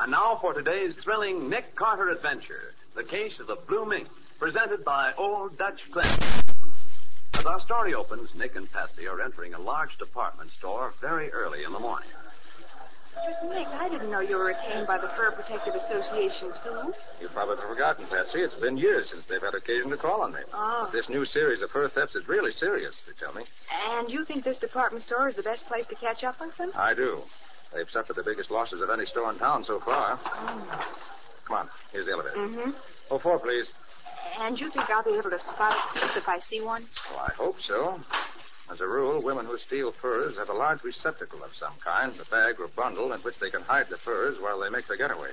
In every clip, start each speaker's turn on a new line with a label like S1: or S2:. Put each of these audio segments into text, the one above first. S1: And now for today's thrilling Nick Carter adventure The Case of the Blue Mink, presented by Old Dutch Clinic. As our story opens, Nick and Patsy are entering a large department store very early in the morning.
S2: Mr. Nick, I didn't know you were retained by the Fur Protective Association, too.
S3: You've probably forgotten, Patsy. It's been years since they've had occasion to call on me.
S2: Oh.
S3: But This new series of fur thefts is really serious, they tell me.
S2: And you think this department store is the best place to catch up with them?
S3: I do. They've suffered the biggest losses of any store in town so far. Come on, here's the elevator.
S2: Mm-hmm.
S3: Oh, four, please.
S2: And you think I'll be able to spot it if I see one?
S3: Well, I hope so. As a rule, women who steal furs have a large receptacle of some kind, a bag or bundle, in which they can hide the furs while they make their getaway.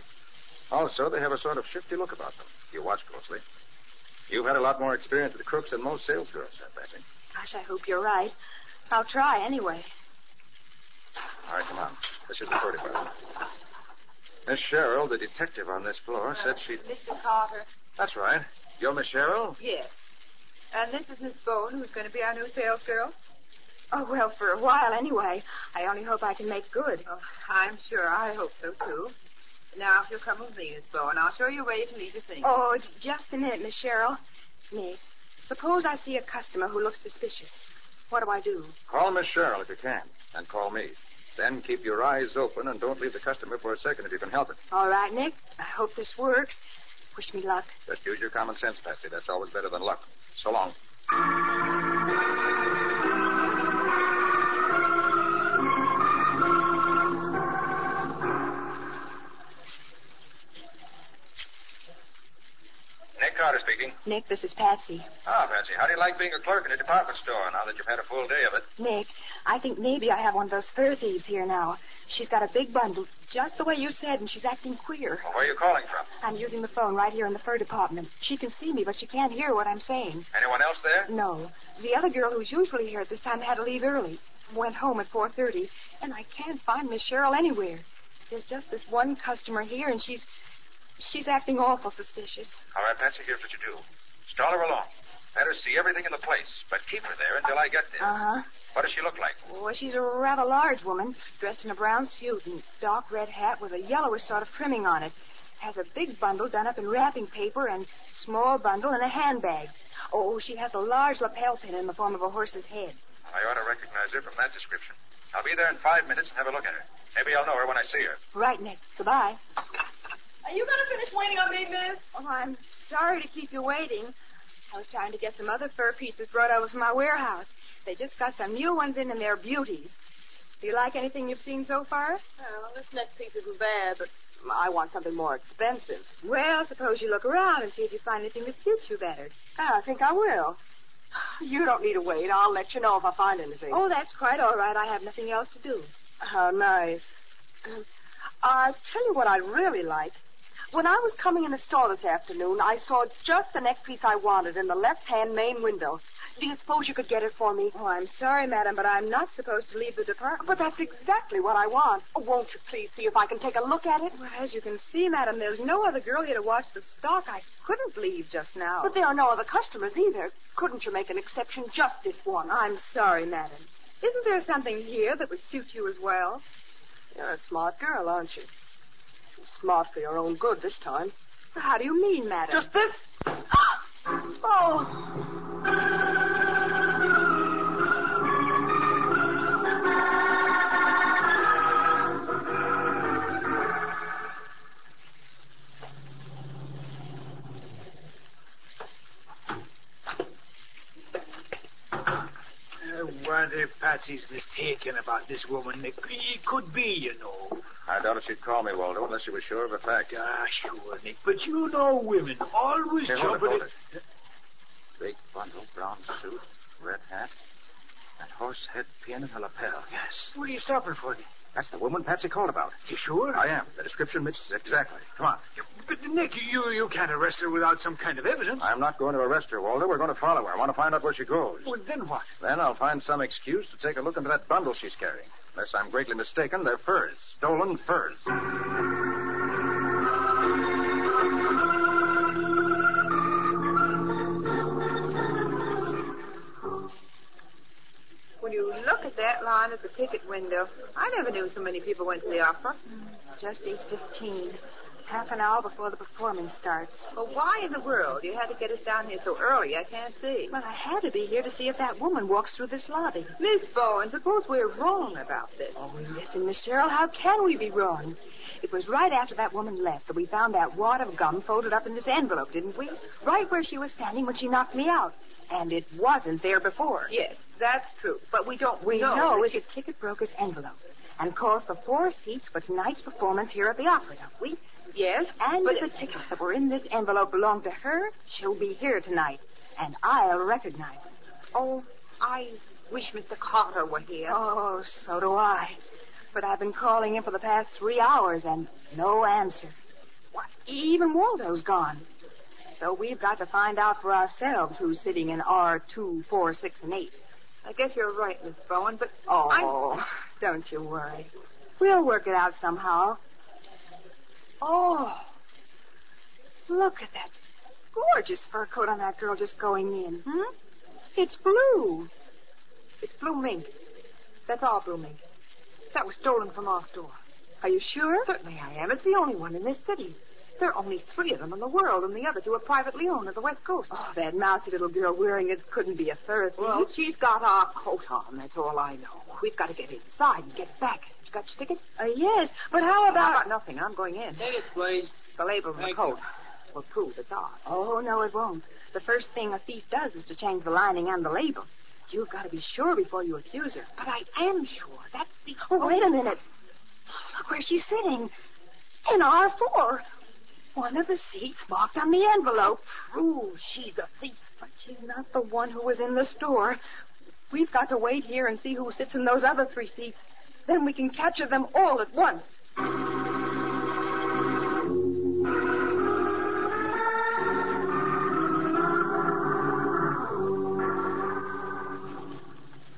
S3: Also, they have a sort of shifty look about them if you watch closely. You've had a lot more experience with crooks than most salesgirls have, Patsy.
S2: Gosh, I hope you're right. I'll try anyway.
S3: All right, come on. This is the fur department. Miss Cheryl, the detective on this floor, said she.
S4: Mr. Carter.
S3: That's right. You're Miss Cheryl?
S4: Yes. And this is Miss Bone, who's going to be our new salesgirl.
S2: Oh, well, for a while anyway. I only hope I can make good.
S4: Oh, I'm sure. I hope so, too. Now, if you'll come with me, Miss Bone, I'll show you where you can leave your things.
S2: Oh, j- just a minute, Miss Cheryl. Nick, suppose I see a customer who looks suspicious. What do I do?
S3: Call Miss Cheryl if you can, and call me. Then keep your eyes open and don't leave the customer for a second if you can help it.
S2: All right, Nick. I hope this works. Wish me luck.
S3: Just use your common sense, Patsy. That's always better than luck. So long. Nick Carter speaking.
S2: Nick, this is Patsy.
S3: Ah, Patsy, how do you like being a clerk in a department store now that you've had a full day of it?
S2: Nick, I think maybe I have one of those fur thieves here now. She's got a big bundle, just the way you said, and she's acting queer.
S3: Well, where are you calling from?
S2: I'm using the phone right here in the fur department. She can see me, but she can't hear what I'm saying.
S3: Anyone else there?
S2: No, the other girl who's usually here at this time had to leave early. Went home at 4:30, and I can't find Miss Cheryl anywhere. There's just this one customer here, and she's she's acting awful suspicious.
S3: All right, Patsy, here's what you do. Stall her along. Let her see everything in the place, but keep her there until I get there.
S2: Uh huh.
S3: What does she look like?
S2: Well, she's a rather large woman, dressed in a brown suit and dark red hat with a yellowish sort of trimming on it. Has a big bundle done up in wrapping paper and small bundle in a handbag. Oh, she has a large lapel pin in the form of a horse's head.
S3: I ought to recognize her from that description. I'll be there in five minutes and have a look at her. Maybe I'll know her when I see her.
S2: Right, Nick. Goodbye.
S4: Are you going to finish waiting on me, miss?
S2: Oh, I'm sorry to keep you waiting. I was trying to get some other fur pieces brought over from my warehouse. They just got some new ones in, and they're beauties. Do you like anything you've seen so far?
S4: Well, this next piece isn't bad, but I want something more expensive.
S2: Well, suppose you look around and see if you find anything that suits you better.
S4: Ah, I think I will. You don't need to wait. I'll let you know if I find anything.
S2: Oh, that's quite all right. I have nothing else to do.
S4: How nice. Oh, Um, I'll tell you what I really like. When I was coming in the store this afternoon, I saw just the neckpiece I wanted in the left-hand main window. Do you suppose you could get it for me?
S2: Oh, I'm sorry, madam, but I'm not supposed to leave the department.
S4: But that's exactly what I want. Oh, won't you please see if I can take a look at it?
S2: Well, as you can see, madam, there's no other girl here to watch the stock. I couldn't leave just now.
S4: But there are no other customers either. Couldn't you make an exception just this one?
S2: I'm sorry, madam. Isn't there something here that would suit you as well?
S4: You're a smart girl, aren't you? Too smart for your own good this time.
S2: How do you mean, madam?
S4: Just this. Oh.
S5: I wonder if Patsy's mistaken about this woman. It c- It could be, you know.
S3: I doubt if she'd call me, Waldo, unless she was sure of a fact.
S5: Ah, sure, Nick. But you know women always
S3: Here, hold it,
S5: jump at
S3: hold
S5: it.
S3: it. Big bundle, brown suit, red hat, and horse head pin in the lapel.
S5: Yes. What are you stopping for?
S3: That's the woman Patsy called about.
S5: You sure?
S3: I am. The description matches exactly. Come on.
S5: But, Nick, you, you can't arrest her without some kind of evidence.
S3: I'm not going to arrest her, Walter. We're going to follow her. I want to find out where she goes.
S5: Well, then what?
S3: Then I'll find some excuse to take a look into that bundle she's carrying. Unless I'm greatly mistaken, they're furs. Stolen furs.
S6: When you look at that line at the ticket window, I never knew so many people went to the opera.
S2: Just 8.15. Half an hour before the performance starts.
S6: But why in the world you had to get us down here so early? I can't see.
S2: Well, I had to be here to see if that woman walks through this lobby.
S6: Miss Bowen, suppose we're wrong about this.
S2: Oh, listen, Miss Cheryl, how can we be wrong? It was right after that woman left that we found that wad of gum folded up in this envelope, didn't we? Right where she was standing when she knocked me out. And it wasn't there before.
S6: Yes, that's true. But we don't
S2: We
S6: know.
S2: know
S6: that
S2: it's a ticket broker's envelope and calls for four seats for tonight's performance here at the opera, don't we?
S6: you- Yes,
S2: And
S6: but
S2: if the tickets that were in this envelope belong to her, she'll be here tonight. And I'll recognize them.
S6: Oh, I wish Mr. Carter were here.
S2: Oh, so do I. But I've been calling him for the past three hours and no answer. What? Even Waldo's gone. So we've got to find out for ourselves who's sitting in R2, 4, 6, and 8.
S6: I guess you're right, Miss Bowen, but
S2: Oh, don't you worry. We'll work it out somehow. Oh, look at that gorgeous fur coat on that girl just going in. Hmm? It's blue.
S6: it's blue mink. That's all blue mink. That was stolen from our store.
S2: Are you sure?
S6: Certainly I am. It's the only one in this city. There are only three of them in the world, and the other two are privately owned at the West Coast.
S2: Oh, that mousy little girl wearing it couldn't be a fur thief.
S6: Well, she's got our coat on. That's all I know. We've got to get inside and get back. You got your ticket?
S2: Uh, yes, but how
S6: I
S2: about...
S6: got nothing. I'm going in.
S5: Yes, please.
S6: The label on the
S5: Thank
S6: coat will prove it's ours.
S2: Oh, no, it won't. The first thing a thief does is to change the lining and the label. You've got to be sure before you accuse her.
S6: But I am sure. That's the
S2: Oh, wait a minute. Look where she's sitting. In R4. One of the seats marked on the envelope. Prove she's a thief. But she's not the one who was in the store. We've got to wait here and see who sits in those other three seats. Then we can capture them all at once.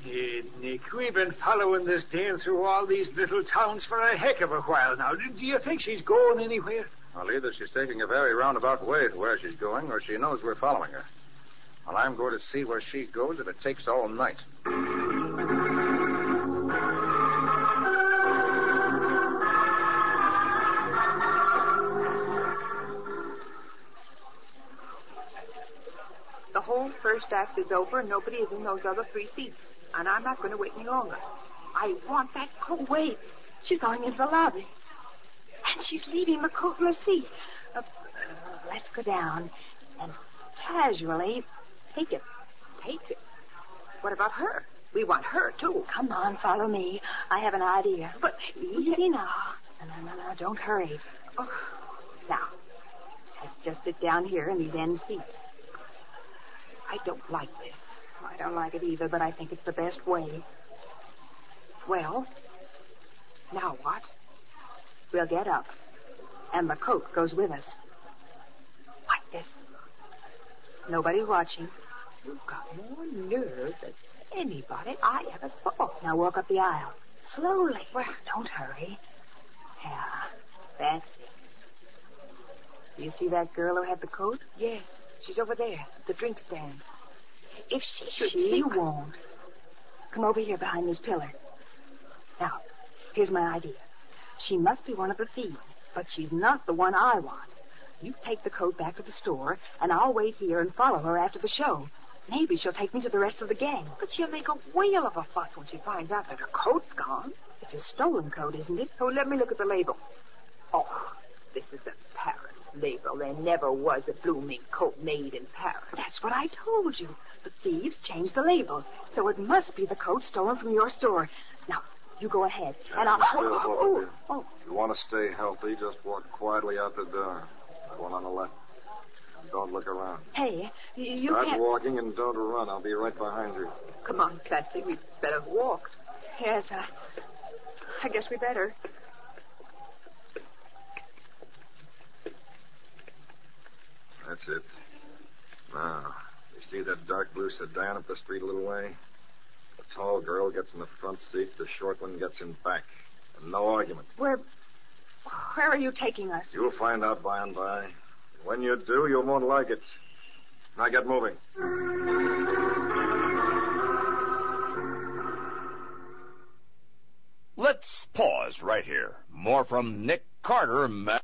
S5: Eh, Nick, we've been following this dame through all these little towns for a heck of a while now. Do, do you think she's going anywhere?
S3: Well, either she's taking a very roundabout way to where she's going, or she knows we're following her. Well, I'm going to see where she goes if it takes all night.
S6: The whole first act is over, and nobody is in those other three seats. And I'm not going to wait any longer. I want that
S2: Oh, wait. She's going into the lobby. And she's leaving the coat in the seat. Uh, let's go down and casually take it.
S6: Take it. What about her? We want her, too.
S2: Come on, follow me. I have an idea. But easy now. No, no, no, no. Don't hurry.
S6: Oh,
S2: Now, let's just sit down here in these end seats.
S6: I don't like this.
S2: I don't like it either, but I think it's the best way.
S6: Well, now what?
S2: We'll get up, and the coat goes with us. Like this. Nobody's watching.
S6: You've got more nerve than anybody I ever saw.
S2: Now walk up the aisle. Slowly. Well, don't hurry. Yeah, that's it. Do you see that girl who had the coat?
S6: Yes, she's over there, at the drink stand. If she should
S2: she
S6: see
S2: won't. Come over here behind this pillar. Now, here's my idea. She must be one of the thieves, but she's not the one I want. You take the coat back to the store, and I'll wait here and follow her after the show. Maybe she'll take me to the rest of the gang.
S6: but she'll make a whale of a fuss when she finds out that her coat's gone.
S2: It's a stolen coat, isn't it?
S6: Oh, let me look at the label. Oh, this is the Paris label. There never was a blooming coat made in Paris.
S2: That's what I told you. The thieves changed the label, so it must be the coat stolen from your store. Now, you go ahead, and I'll.
S7: Miss Hill,
S2: Oh,
S7: what
S2: oh,
S7: would you-
S2: oh,
S7: If you want to stay healthy, just walk quietly out the door. That one on the left. And don't look around.
S2: hey, you, you
S7: Start
S2: can't.
S7: walking and don't run. I'll be right behind you.
S2: uh,
S6: Come on, Patsy, we'd better walk.
S2: Yes, I. I guess we better.
S7: That's it. Now, you see that dark blue sedan up the street a little way? The tall girl gets in the front seat, the short one gets in back. And no argument.
S2: Where. Where are you taking us?
S7: You'll find out by and by. When you do, you won't like it. Now get moving.
S8: Let's pause right here. More from Nick Carter. Ma-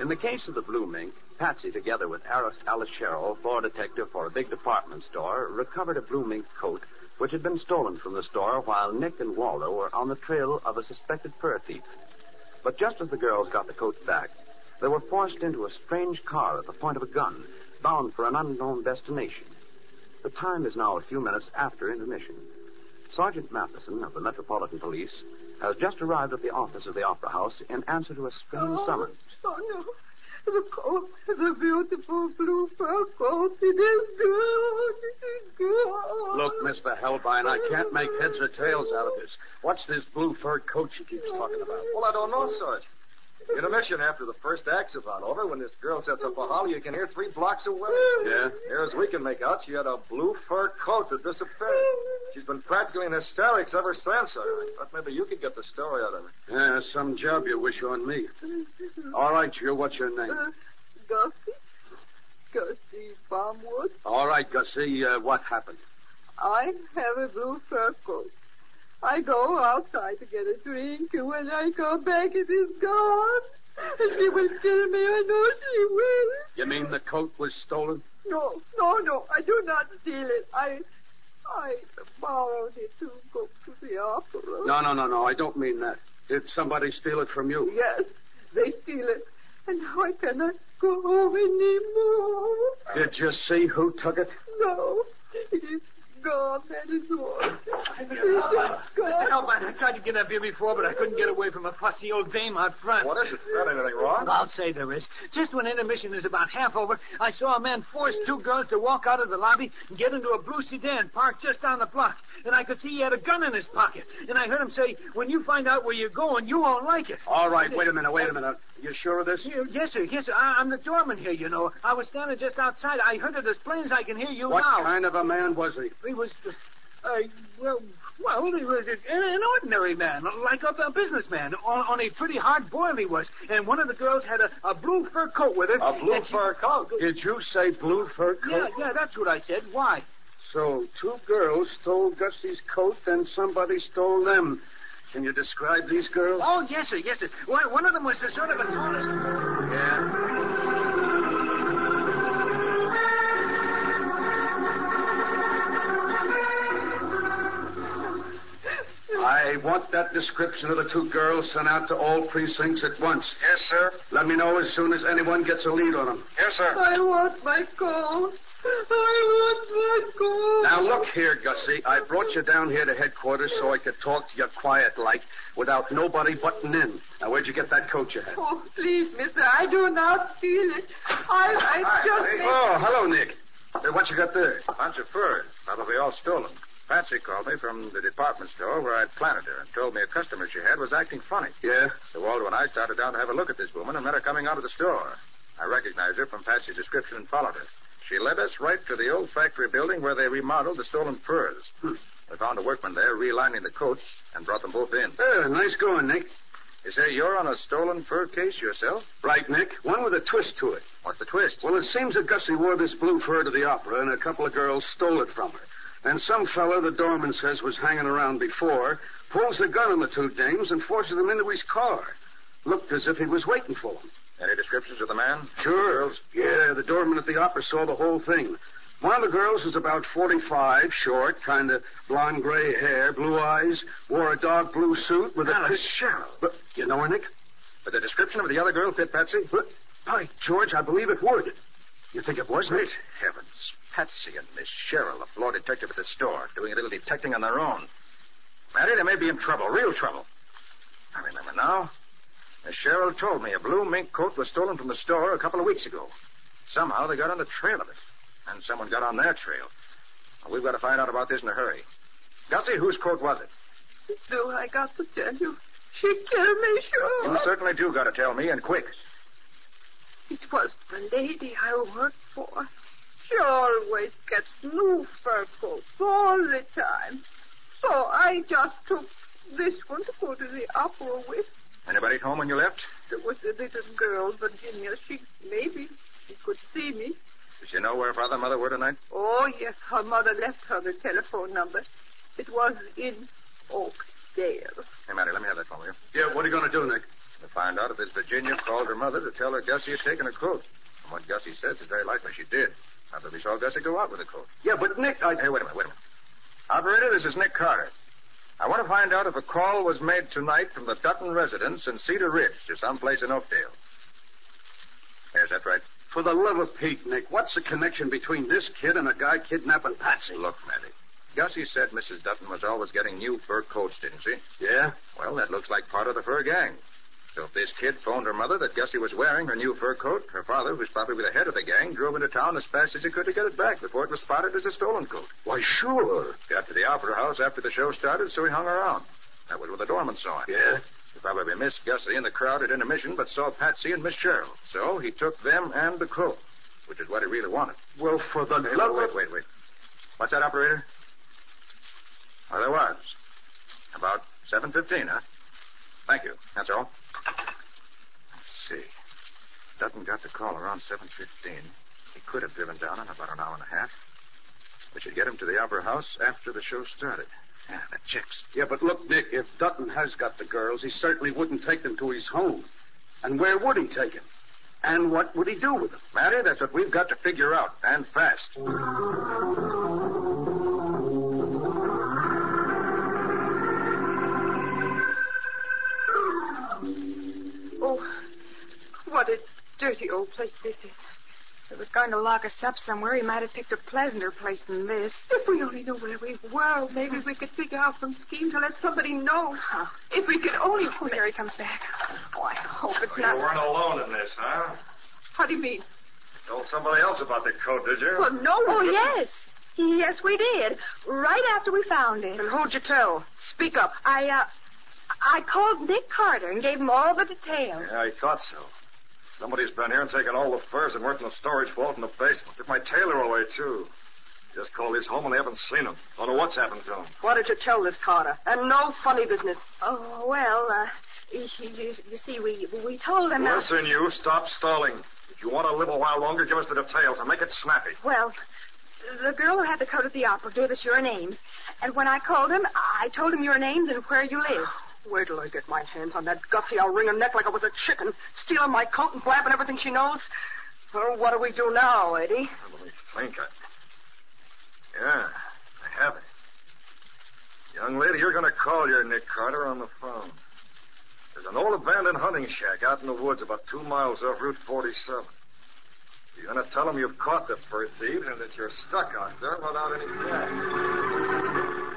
S1: In the case of the Blue Mink, Patsy, together with Aris Alishero, floor detective for a big department store, recovered a Blue Mink coat which had been stolen from the store while Nick and Waldo were on the trail of a suspected fur thief. But just as the girls got the coats back, they were forced into a strange car at the point of a gun, bound for an unknown destination. The time is now a few minutes after intermission. Sergeant Matheson of the Metropolitan Police has just arrived at the office of the Opera House in answer to a strange summons.
S9: Oh, no. The coat, the beautiful blue fur coat, it is good, it is good.
S5: Look, Mr. Hellbine, I can't make heads or tails out of this. What's this blue fur coat she keeps talking about?
S3: Well, I don't know, Sarge. Intermission after the first act's about over. When this girl sets up a holler, you can hear three blocks away.
S1: Yeah?
S3: Near as we can make out, she had a blue fur coat that disappeared. She's been practically in hysterics ever since. I thought maybe you could get the story out of her.
S5: Yeah, some job you wish on me. All right, you. What's your name?
S9: Uh, Gussie? Gussie Bomwood,
S5: All right, Gussie. Uh, what happened?
S9: I have a blue fur coat. I go outside to get a drink, and when I come back, it is gone. And she will kill me, I know she will.
S5: You mean the coat was stolen?
S9: No, no, no, I do not steal it. I, I borrowed it to go to the opera.
S5: No, no, no, no. I don't mean that. Did somebody steal it from you?
S9: Yes, they steal it, and now I cannot go home anymore.
S5: Did you see who took it?
S9: No, it is gone, that is all. It is gone.
S5: Albert, I tried to get up here before, but I couldn't get away from a fussy old dame out front.
S3: What is it? Not anything wrong?
S5: I'll say there is. Just when intermission is about half over, I saw a man force two girls to walk out of the lobby and get into a blue sedan parked just down the block. And I could see he had a gun in his pocket. And I heard him say, when you find out where you're going, you won't like it.
S1: All right, wait a minute, wait a minute. You sure of this?
S5: Yeah, Yes, sir. Yes, sir. I, I'm the doorman here, you know. I was standing just outside. I heard it as plain as I can hear you
S1: What
S5: now.
S1: kind of a man was he?
S5: He was, uh, uh, well, well, he was an, an ordinary man, like a, a businessman. On, on a pretty hard boil he was. And one of the girls had a, a blue fur coat with her.
S3: A blue
S5: and she-
S3: fur coat.
S1: Did you say blue fur coat?
S5: Yeah, yeah, that's what I said. Why?
S1: So two girls stole Gussie's coat, then somebody stole them. Can you describe these girls?
S5: Oh, yes, sir, yes, sir. One, one of them was a sort of a tallest.
S1: Yeah. I want that description of the two girls sent out to all precincts at once.
S3: Yes, sir.
S1: Let me know as soon as anyone gets a lead on them.
S3: Yes, sir.
S9: I want my coat. I want my coat.
S1: Now look here, Gussie. I brought you down here to headquarters so I could talk to you quiet like, without nobody butting in. Now where'd you get that coat you had?
S9: Oh, please, mister, I do not feel it. I, I just
S3: hey,
S9: make...
S1: Oh, hello, Nick. Hey, what you got there?
S3: Bunch of furs. Probably all stolen. Patsy called me from the department store where I'd planted her and told me a customer she had was acting funny.
S1: Yeah.
S3: So Waldo and I started down to have a look at this woman and met her coming out of the store. I recognized her from Patsy's description and followed her. She led us right to the old factory building where they remodeled the stolen furs.
S1: Hmm.
S3: We found a workman there relining the coats and brought them both in.
S1: Yeah, Oh, nice going, Nick.
S3: You say you're on a stolen fur case yourself?
S1: Right, Nick. One with a twist to it.
S3: What's the twist?
S1: Well, it seems that Gussie wore this blue fur to the opera, and a couple of girls stole it from her. Then some fellow the doorman says was hanging around before pulls the gun on the two dames and forces them into his car. Looked as if he was waiting for them.
S3: Any descriptions of the man?
S1: Sure. Yeah, the doorman at the opera saw the whole thing. One of the girls was about 45, short, kind of blonde gray hair, blue eyes, wore a dark blue suit with
S5: Now,
S1: a...
S5: Cheryl.
S1: But you know her, Nick?
S3: But the description of the other girl fit Patsy?
S1: But, by George, I believe it would. You think it was, Nick?
S3: Great heavens. Patsy and Miss Cheryl, the floor detective at the store, doing a little detecting on their own. Matty, they may be in trouble, real trouble. I remember now. Miss Cheryl told me a blue mink coat was stolen from the store a couple of weeks ago. Somehow they got on the trail of it. And someone got on their trail. Now, we've got to find out about this in a hurry. Gussie, whose coat was it?
S9: Lou, I got to tell you. She killed me, sure.
S3: You certainly do got to tell me, and quick.
S9: It was the lady I worked for. She always gets new fur coats all the time. So I just took this one to go to the opera with.
S3: Anybody at home when you left?
S9: There was a little girl, Virginia. She maybe she could see me.
S3: Does she know where father and mother were tonight?
S9: Oh, yes, her mother left her the telephone number. It was in Oakdale.
S3: Hey, Matty, let me have that phone, will you?
S10: Yeah, what are you going to do, Nick?
S3: To find out if this Virginia called her mother to tell her Gussie had taken a coat. From what Gussie says, it's very likely she did. After we saw Gussie go out with a coat.
S10: Yeah, but Nick, I...
S3: Hey, wait a minute, wait a minute. Operator, this is Nick Carter. I want to find out if a call was made tonight from the Dutton residence in Cedar Ridge to someplace in Oakdale. Yes, that's right.
S10: For the love of Pete, Nick, what's the connection between this kid and a guy kidnapping Patsy?
S3: Look, Matty. Gussie said Mrs. Dutton was always getting new fur coats, didn't she?
S10: Yeah?
S3: Well, that looks like part of the fur gang. So if this kid phoned her mother that Gussie was wearing her new fur coat, her father, who's probably the head of the gang, drove into town as fast as he could to get it back before it was spotted as a stolen coat.
S10: Why, sure.
S3: Got to the opera house after the show started, so he hung around. That was where the doorman saw him.
S10: Yeah?
S3: He probably missed Gussie in the crowd at intermission, but saw Patsy and Miss Cheryl. So he took them and the coat, which is what he really wanted.
S10: Well, for the
S3: Hey,
S10: love
S3: wait,
S10: of...
S3: wait, wait, wait. What's that, operator? Oh, there was. About 7.15, huh? Thank you. That's all. Let's see. Dutton got the call around 7.15. He could have driven down in about an hour and a half. We should get him to the opera house after the show started. Ah, Yeah, that checks.
S10: Yeah, but look, Nick, if Dutton has got the girls, he certainly wouldn't take them to his home. And where would he take them? And what would he do with them?
S3: Matty, that's what we've got to figure out, and fast.
S2: Oh, what a dirty old place this is. If it was going to lock us up somewhere, he might have picked a pleasanter place than this.
S9: If we only knew where we were, maybe we could figure out some scheme to let somebody know.
S2: Huh.
S9: If we could only...
S2: Oh, there he comes back. Oh, I hope it's
S7: you
S2: not.
S7: weren't alone in this, huh?
S9: How do you mean?
S7: Told somebody else about the coat, did you?
S9: Well, no
S2: Oh,
S9: one...
S2: yes. Yes, we did. Right after we found it.
S4: And who'd you tell? Speak up.
S2: I, uh, I called Nick Carter and gave him all the details.
S7: Yeah, I thought so. Somebody's been here and taken all the furs and worked in the storage vault in the basement. Took my tailor away, too. Just called his home and they haven't seen him. Don't know what's happened to him.
S4: What did you tell this Carter? And no funny business.
S2: Oh, well, uh, you, you, you see, we, we told him. uh,
S7: Listen, you, stop stalling. If you want to live a while longer, give us the details and make it snappy.
S2: Well, the girl who had the coat at the opera gave us your names. And when I called him, I told him your names and where you live.
S4: Where till I get my hands on that Gussie. I'll wring her neck like I was a chicken, stealing my coat and blabbing everything she knows. Well, what do we do now, Eddie?
S7: Let me think. I... Yeah, I have it. Young lady, you're going to call your Nick Carter on the phone. There's an old abandoned hunting shack out in the woods about two miles off Route 47. You're going to tell him you've caught the fur thieves and that you're stuck out there without any cash.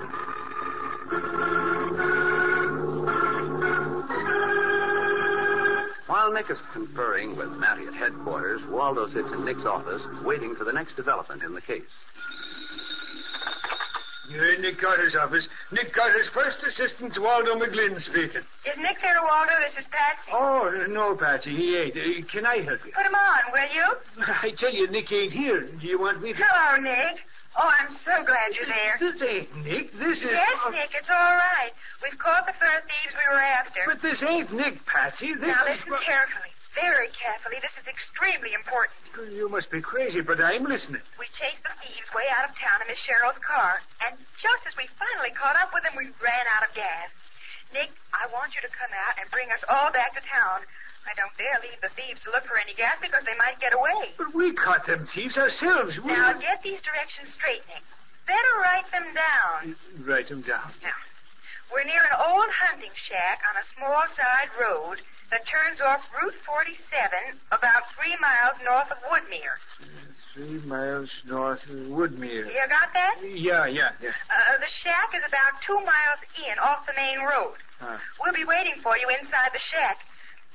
S1: While Nick is conferring with Matty at headquarters, Waldo sits in Nick's office waiting for the next development in the case.
S5: You're in Nick Carter's office. Nick Carter's first assistant, Waldo McGlynn, speaking.
S2: Is Nick there, Waldo? This is Patsy.
S5: Oh, no, Patsy, he ain't. Uh, can I help you?
S2: Put him on, will you?
S5: I tell you, Nick ain't here. Do you want me to...
S2: Hello, Nick. Oh, I'm so glad you're there.
S5: This ain't Nick. This is...
S2: Yes,
S5: Oh,
S2: Nick, it's all right. We've caught the fur thieves we were after.
S5: But this ain't Nick, Patsy. This
S2: now
S5: is...
S2: listen carefully, very carefully. This is extremely important.
S5: You must be crazy, but I'm listening.
S2: We chased the thieves way out of town in Miss Cheryl's car, and just as we finally caught up with them, we ran out of gas. Nick, I want you to come out and bring us all back to town. I don't dare leave the thieves to look for any gas because they might get away.
S5: But we caught them thieves ourselves. We...
S2: Now get these directions straight, Nick. Better write them down.
S5: Write them down.
S2: Now, we're near an old hunting shack on a small side road that turns off Route 47 about three miles north of Woodmere.
S5: Three miles north of Woodmere.
S2: You got that?
S5: Yeah, yeah, yeah.
S2: Uh, the shack is about two miles in off the main road.
S5: Huh.
S2: We'll be waiting for you inside the shack.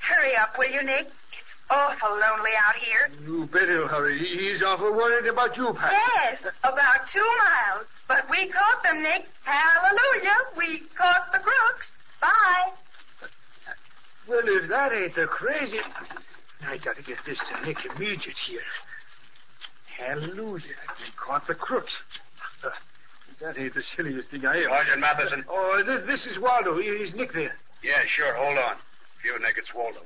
S2: Hurry up, will you, Nick? It's awful lonely out here.
S5: You better hurry. He's awful worried about you, Patsy.
S2: Yes, about two miles.
S9: But we caught them, Nick. Hallelujah. We caught the crooks. Bye.
S5: Well, if that ain't the crazy. I gotta get this to Nick immediate here. Hallelujah. We caught the crooks. Uh, That ain't the silliest thing I ever.
S11: Sergeant Matheson.
S5: Oh, this, this is Waldo. He- He's Nick there.
S11: Yeah, sure. Hold on. If you Nick, it's Waldo.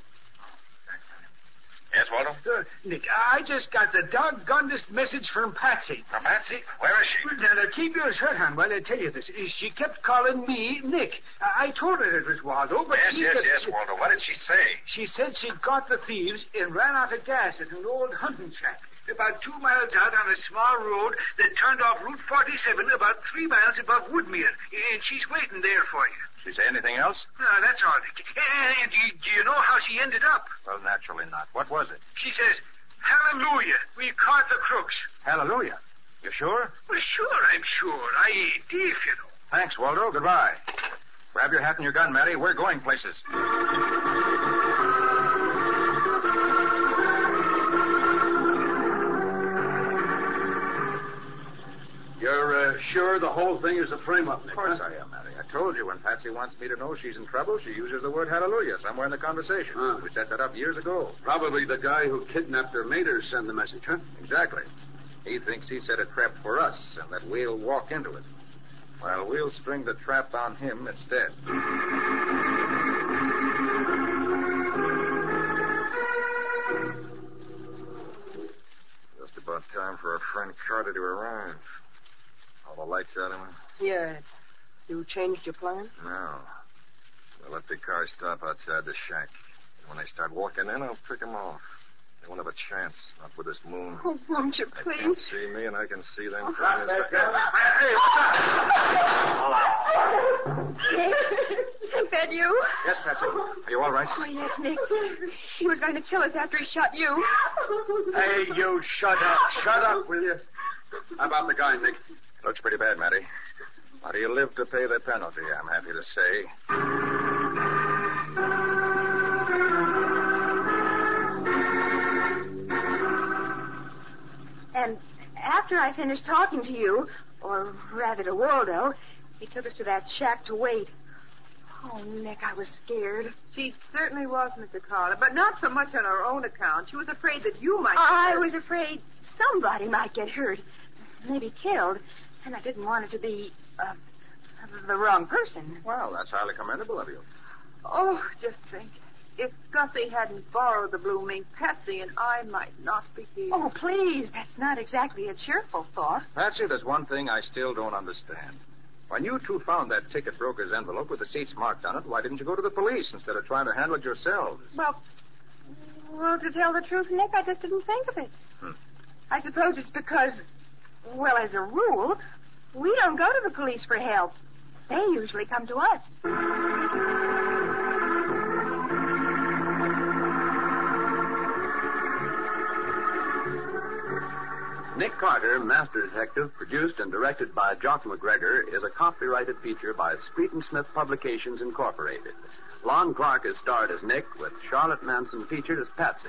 S11: Yes, Waldo?
S5: Uh, Nick, I just got the doggonest message from Patsy.
S11: From Patsy? Where is she?
S5: Now, now, keep your shirt on while I tell you this. Uh, She kept calling me Nick. I I told her it was Waldo, but
S11: yes,
S5: she
S11: yes,
S5: kept...
S11: yes, Waldo. What did she say?
S5: She said she'd caught the thieves and ran out of gas at an old hunting track. About two miles out on a small road that turned off Route 47 about three miles above Woodmere. And she's waiting there for you.
S11: She say anything else?
S5: No, that's all, Nick. And do you, do you know how she ended up?
S11: Well, naturally not. What was it?
S5: She says, Hallelujah, we caught the crooks.
S3: Hallelujah. You sure?
S5: Well, sure, I'm sure. I ain't deaf, you know.
S3: Thanks, Waldo. Goodbye. Grab your hat and your gun, Matty. We're going places.
S10: You're uh, sure the whole thing is a frame-up, Nick?
S3: Of course I am, Matty. I told you when Patsy wants me to know she's in trouble, she uses the word hallelujah somewhere in the conversation. We set that up years ago.
S10: Ah. Probably the guy who kidnapped her made her send the message, huh?
S3: Exactly. He thinks he set a trap for us and that we'll walk into it. Well, we'll string the trap on him instead.
S7: Just about time for our friend Carter to arrive. All the lights out of him?
S4: Yeah. You changed your plan?
S7: No. We'll let the car stop outside the shack. And when they start walking in, I'll pick 'em off. They won't have a chance, not with this moon.
S9: Oh, won't you
S7: They can
S9: please?
S7: see me, and I can see them.
S9: Oh.
S7: from this-
S9: Is that you?
S3: Yes, Patsy. Are you all right?
S9: Oh, yes, Nick. He was going to kill us after he shot you.
S10: Hey, you shut up. Shut up, will you?
S3: How about the guy, Nick? Looks pretty bad, Matty. But he lived to pay the penalty, I'm happy to say.
S2: And after I finished talking to you, or rather to Waldo, he took us to that shack to wait. Oh, Nick, I was scared.
S4: She certainly was, Mr. Carter, but not so much on her own account. She was afraid that you might.
S2: I was afraid somebody might get hurt, maybe killed, and I didn't want it to be uh, the wrong person.
S3: Well, that's highly commendable of you.
S4: Oh, just think. If Gussie hadn't borrowed the blue mink, Patsy and I might not be here.
S2: Oh, please, that's not exactly a cheerful thought.
S3: Patsy, there's one thing I still don't understand. When you two found that ticket broker's envelope with the seats marked on it, why didn't you go to the police instead of trying to handle it yourselves?
S2: Well, well, to tell the truth, Nick, I just didn't think of it.
S3: Hmm.
S2: I suppose it's because, well, as a rule, we don't go to the police for help. They usually come to us.
S1: Nick Carter, Master Detective, produced and directed by Jock McGregor, is a copyrighted feature by Street and Smith Publications Incorporated. Lon Clark is starred as Nick, with Charlotte Manson featured as Patsy.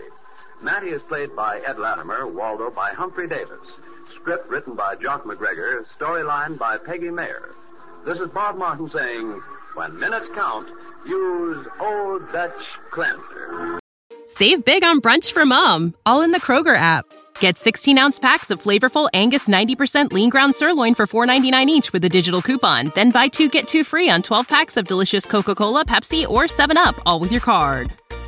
S1: Matty is played by Ed Latimer, Waldo by Humphrey Davis. Script written by Jock McGregor, storyline by Peggy Mayer. This is Bob Martin saying, when minutes count, use Old Dutch Cleanser.
S12: Save big on brunch for mom, all in the Kroger app. Get 16 ounce packs of flavorful Angus 90% lean ground sirloin for $4.99 each with a digital coupon. Then buy two get two free on 12 packs of delicious Coca Cola, Pepsi, or 7UP, all with your card.